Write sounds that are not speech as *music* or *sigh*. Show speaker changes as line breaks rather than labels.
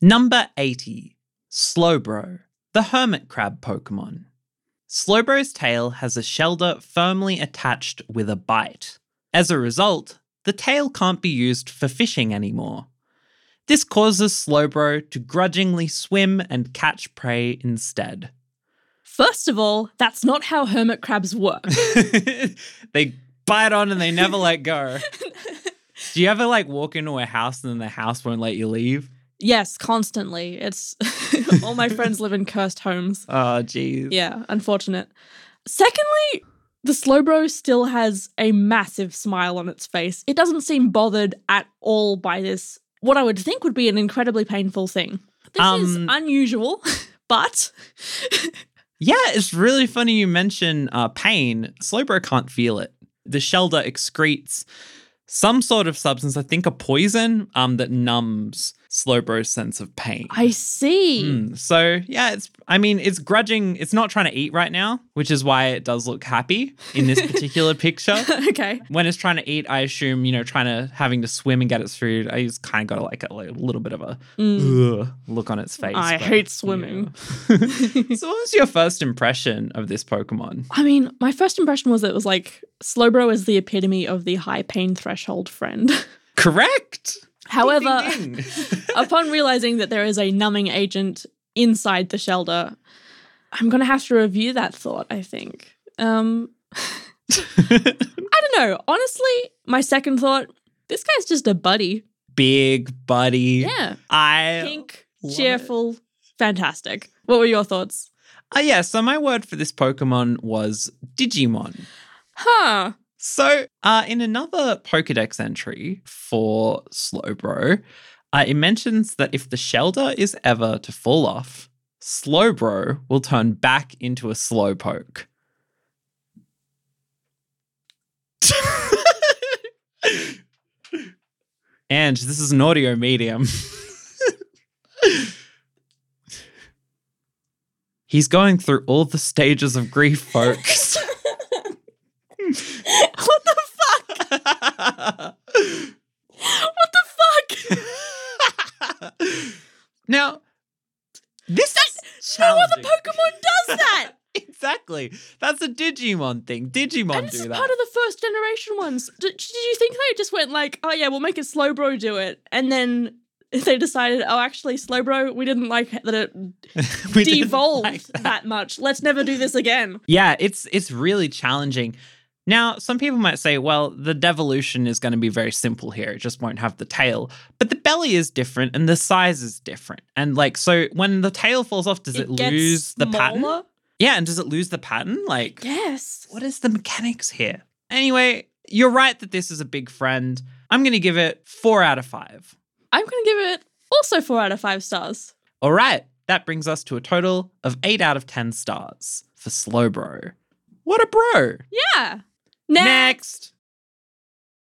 Number 80. Slowbro, the hermit crab Pokemon. Slowbro's tail has a shelter firmly attached with a bite. As a result, the tail can't be used for fishing anymore. This causes Slowbro to grudgingly swim and catch prey instead. *laughs*
First of all, that's not how hermit crabs work.
they bite on and they never let go. Do you ever like walk into a house and then the house won't let you leave?
yes, constantly. It's *laughs* all my friends live in cursed homes.
Oh, jeez.
Yeah, unfortunate. Secondly, the Slowbro still has a massive smile on its face. It doesn't seem bothered at all by this, what I would think would be an incredibly painful thing. This is
Um,
unusual, *laughs* but
Yeah, it's really funny you mention uh, pain. Slowbro can't feel it. The shelter excretes some sort of substance, I think a poison, um, that numbs Slowbro's sense of pain.
I see.
Mm, so yeah, it's I mean, it's grudging, it's not trying to eat right now, which is why it does look happy in this particular picture.
*laughs* okay.
When it's trying to eat, I assume, you know, trying to having to swim and get its food, I just kind of got like a, like, a little bit of a
Mm.
ugh, look on its face.
I hate swimming. *laughs*
yeah. *laughs* so, what was your first impression of this Pokemon?
I mean, my first impression was it was like Slowbro is the epitome of the high pain threshold friend. *laughs*
Correct.
However,
Ding, ding, ding. *laughs*
upon realizing that there is a numbing agent inside the shelter, I'm going to have to review that thought, I think.
*laughs*
Um, I don't know. Honestly, my second thought this guy's just a buddy.
big buddy.
Yeah.
I
Pink,
love it.
cheerful, fantastic. What were your thoughts?
Uh, yeah, so my word for this Pokemon was Digimon. *laughs*
Huh.
So, uh, in another Pokedex entry for Slowbro, uh, it mentions that if the shelter is ever to fall off, Slowbro will turn back into a Slowpoke. *laughs* and this is an audio medium. *laughs* He's going through all the stages of grief, folks.
*laughs*
*laughs*
what the fuck? What the fuck?
*laughs* now, this is
No other
challenging.
Pokemon does that.
*laughs* exactly. That's a Digimon thing. Digimon
And this
do
is
that.
part of the first generation ones. Did, did you think they just went like, oh yeah, we'll make it Slowbro do it, and then *laughs* they decided, oh actually, Slowbro, we didn't like that it
*laughs* We didn't
devolved
like
that. much. Let's never do this again.
Yeah, it's it's really challenging. Now, some people might say, well, the devolution is going to be very simple here. It just won't have the tail. But the belly is different and the size is different. And like so when the tail falls off, does it,
gets
lose the pattern?
smaller?
Yeah, and does it lose the pattern? Like
Yes.
What is the mechanics here? Anyway, you're right that this is a big friend. I'm going to give it four out of five.
I'm gonna give it also four out of five stars.
All right, that brings us to a total of eight out of 10 stars for Slowbro. What a bro!
Yeah. Next.
Next.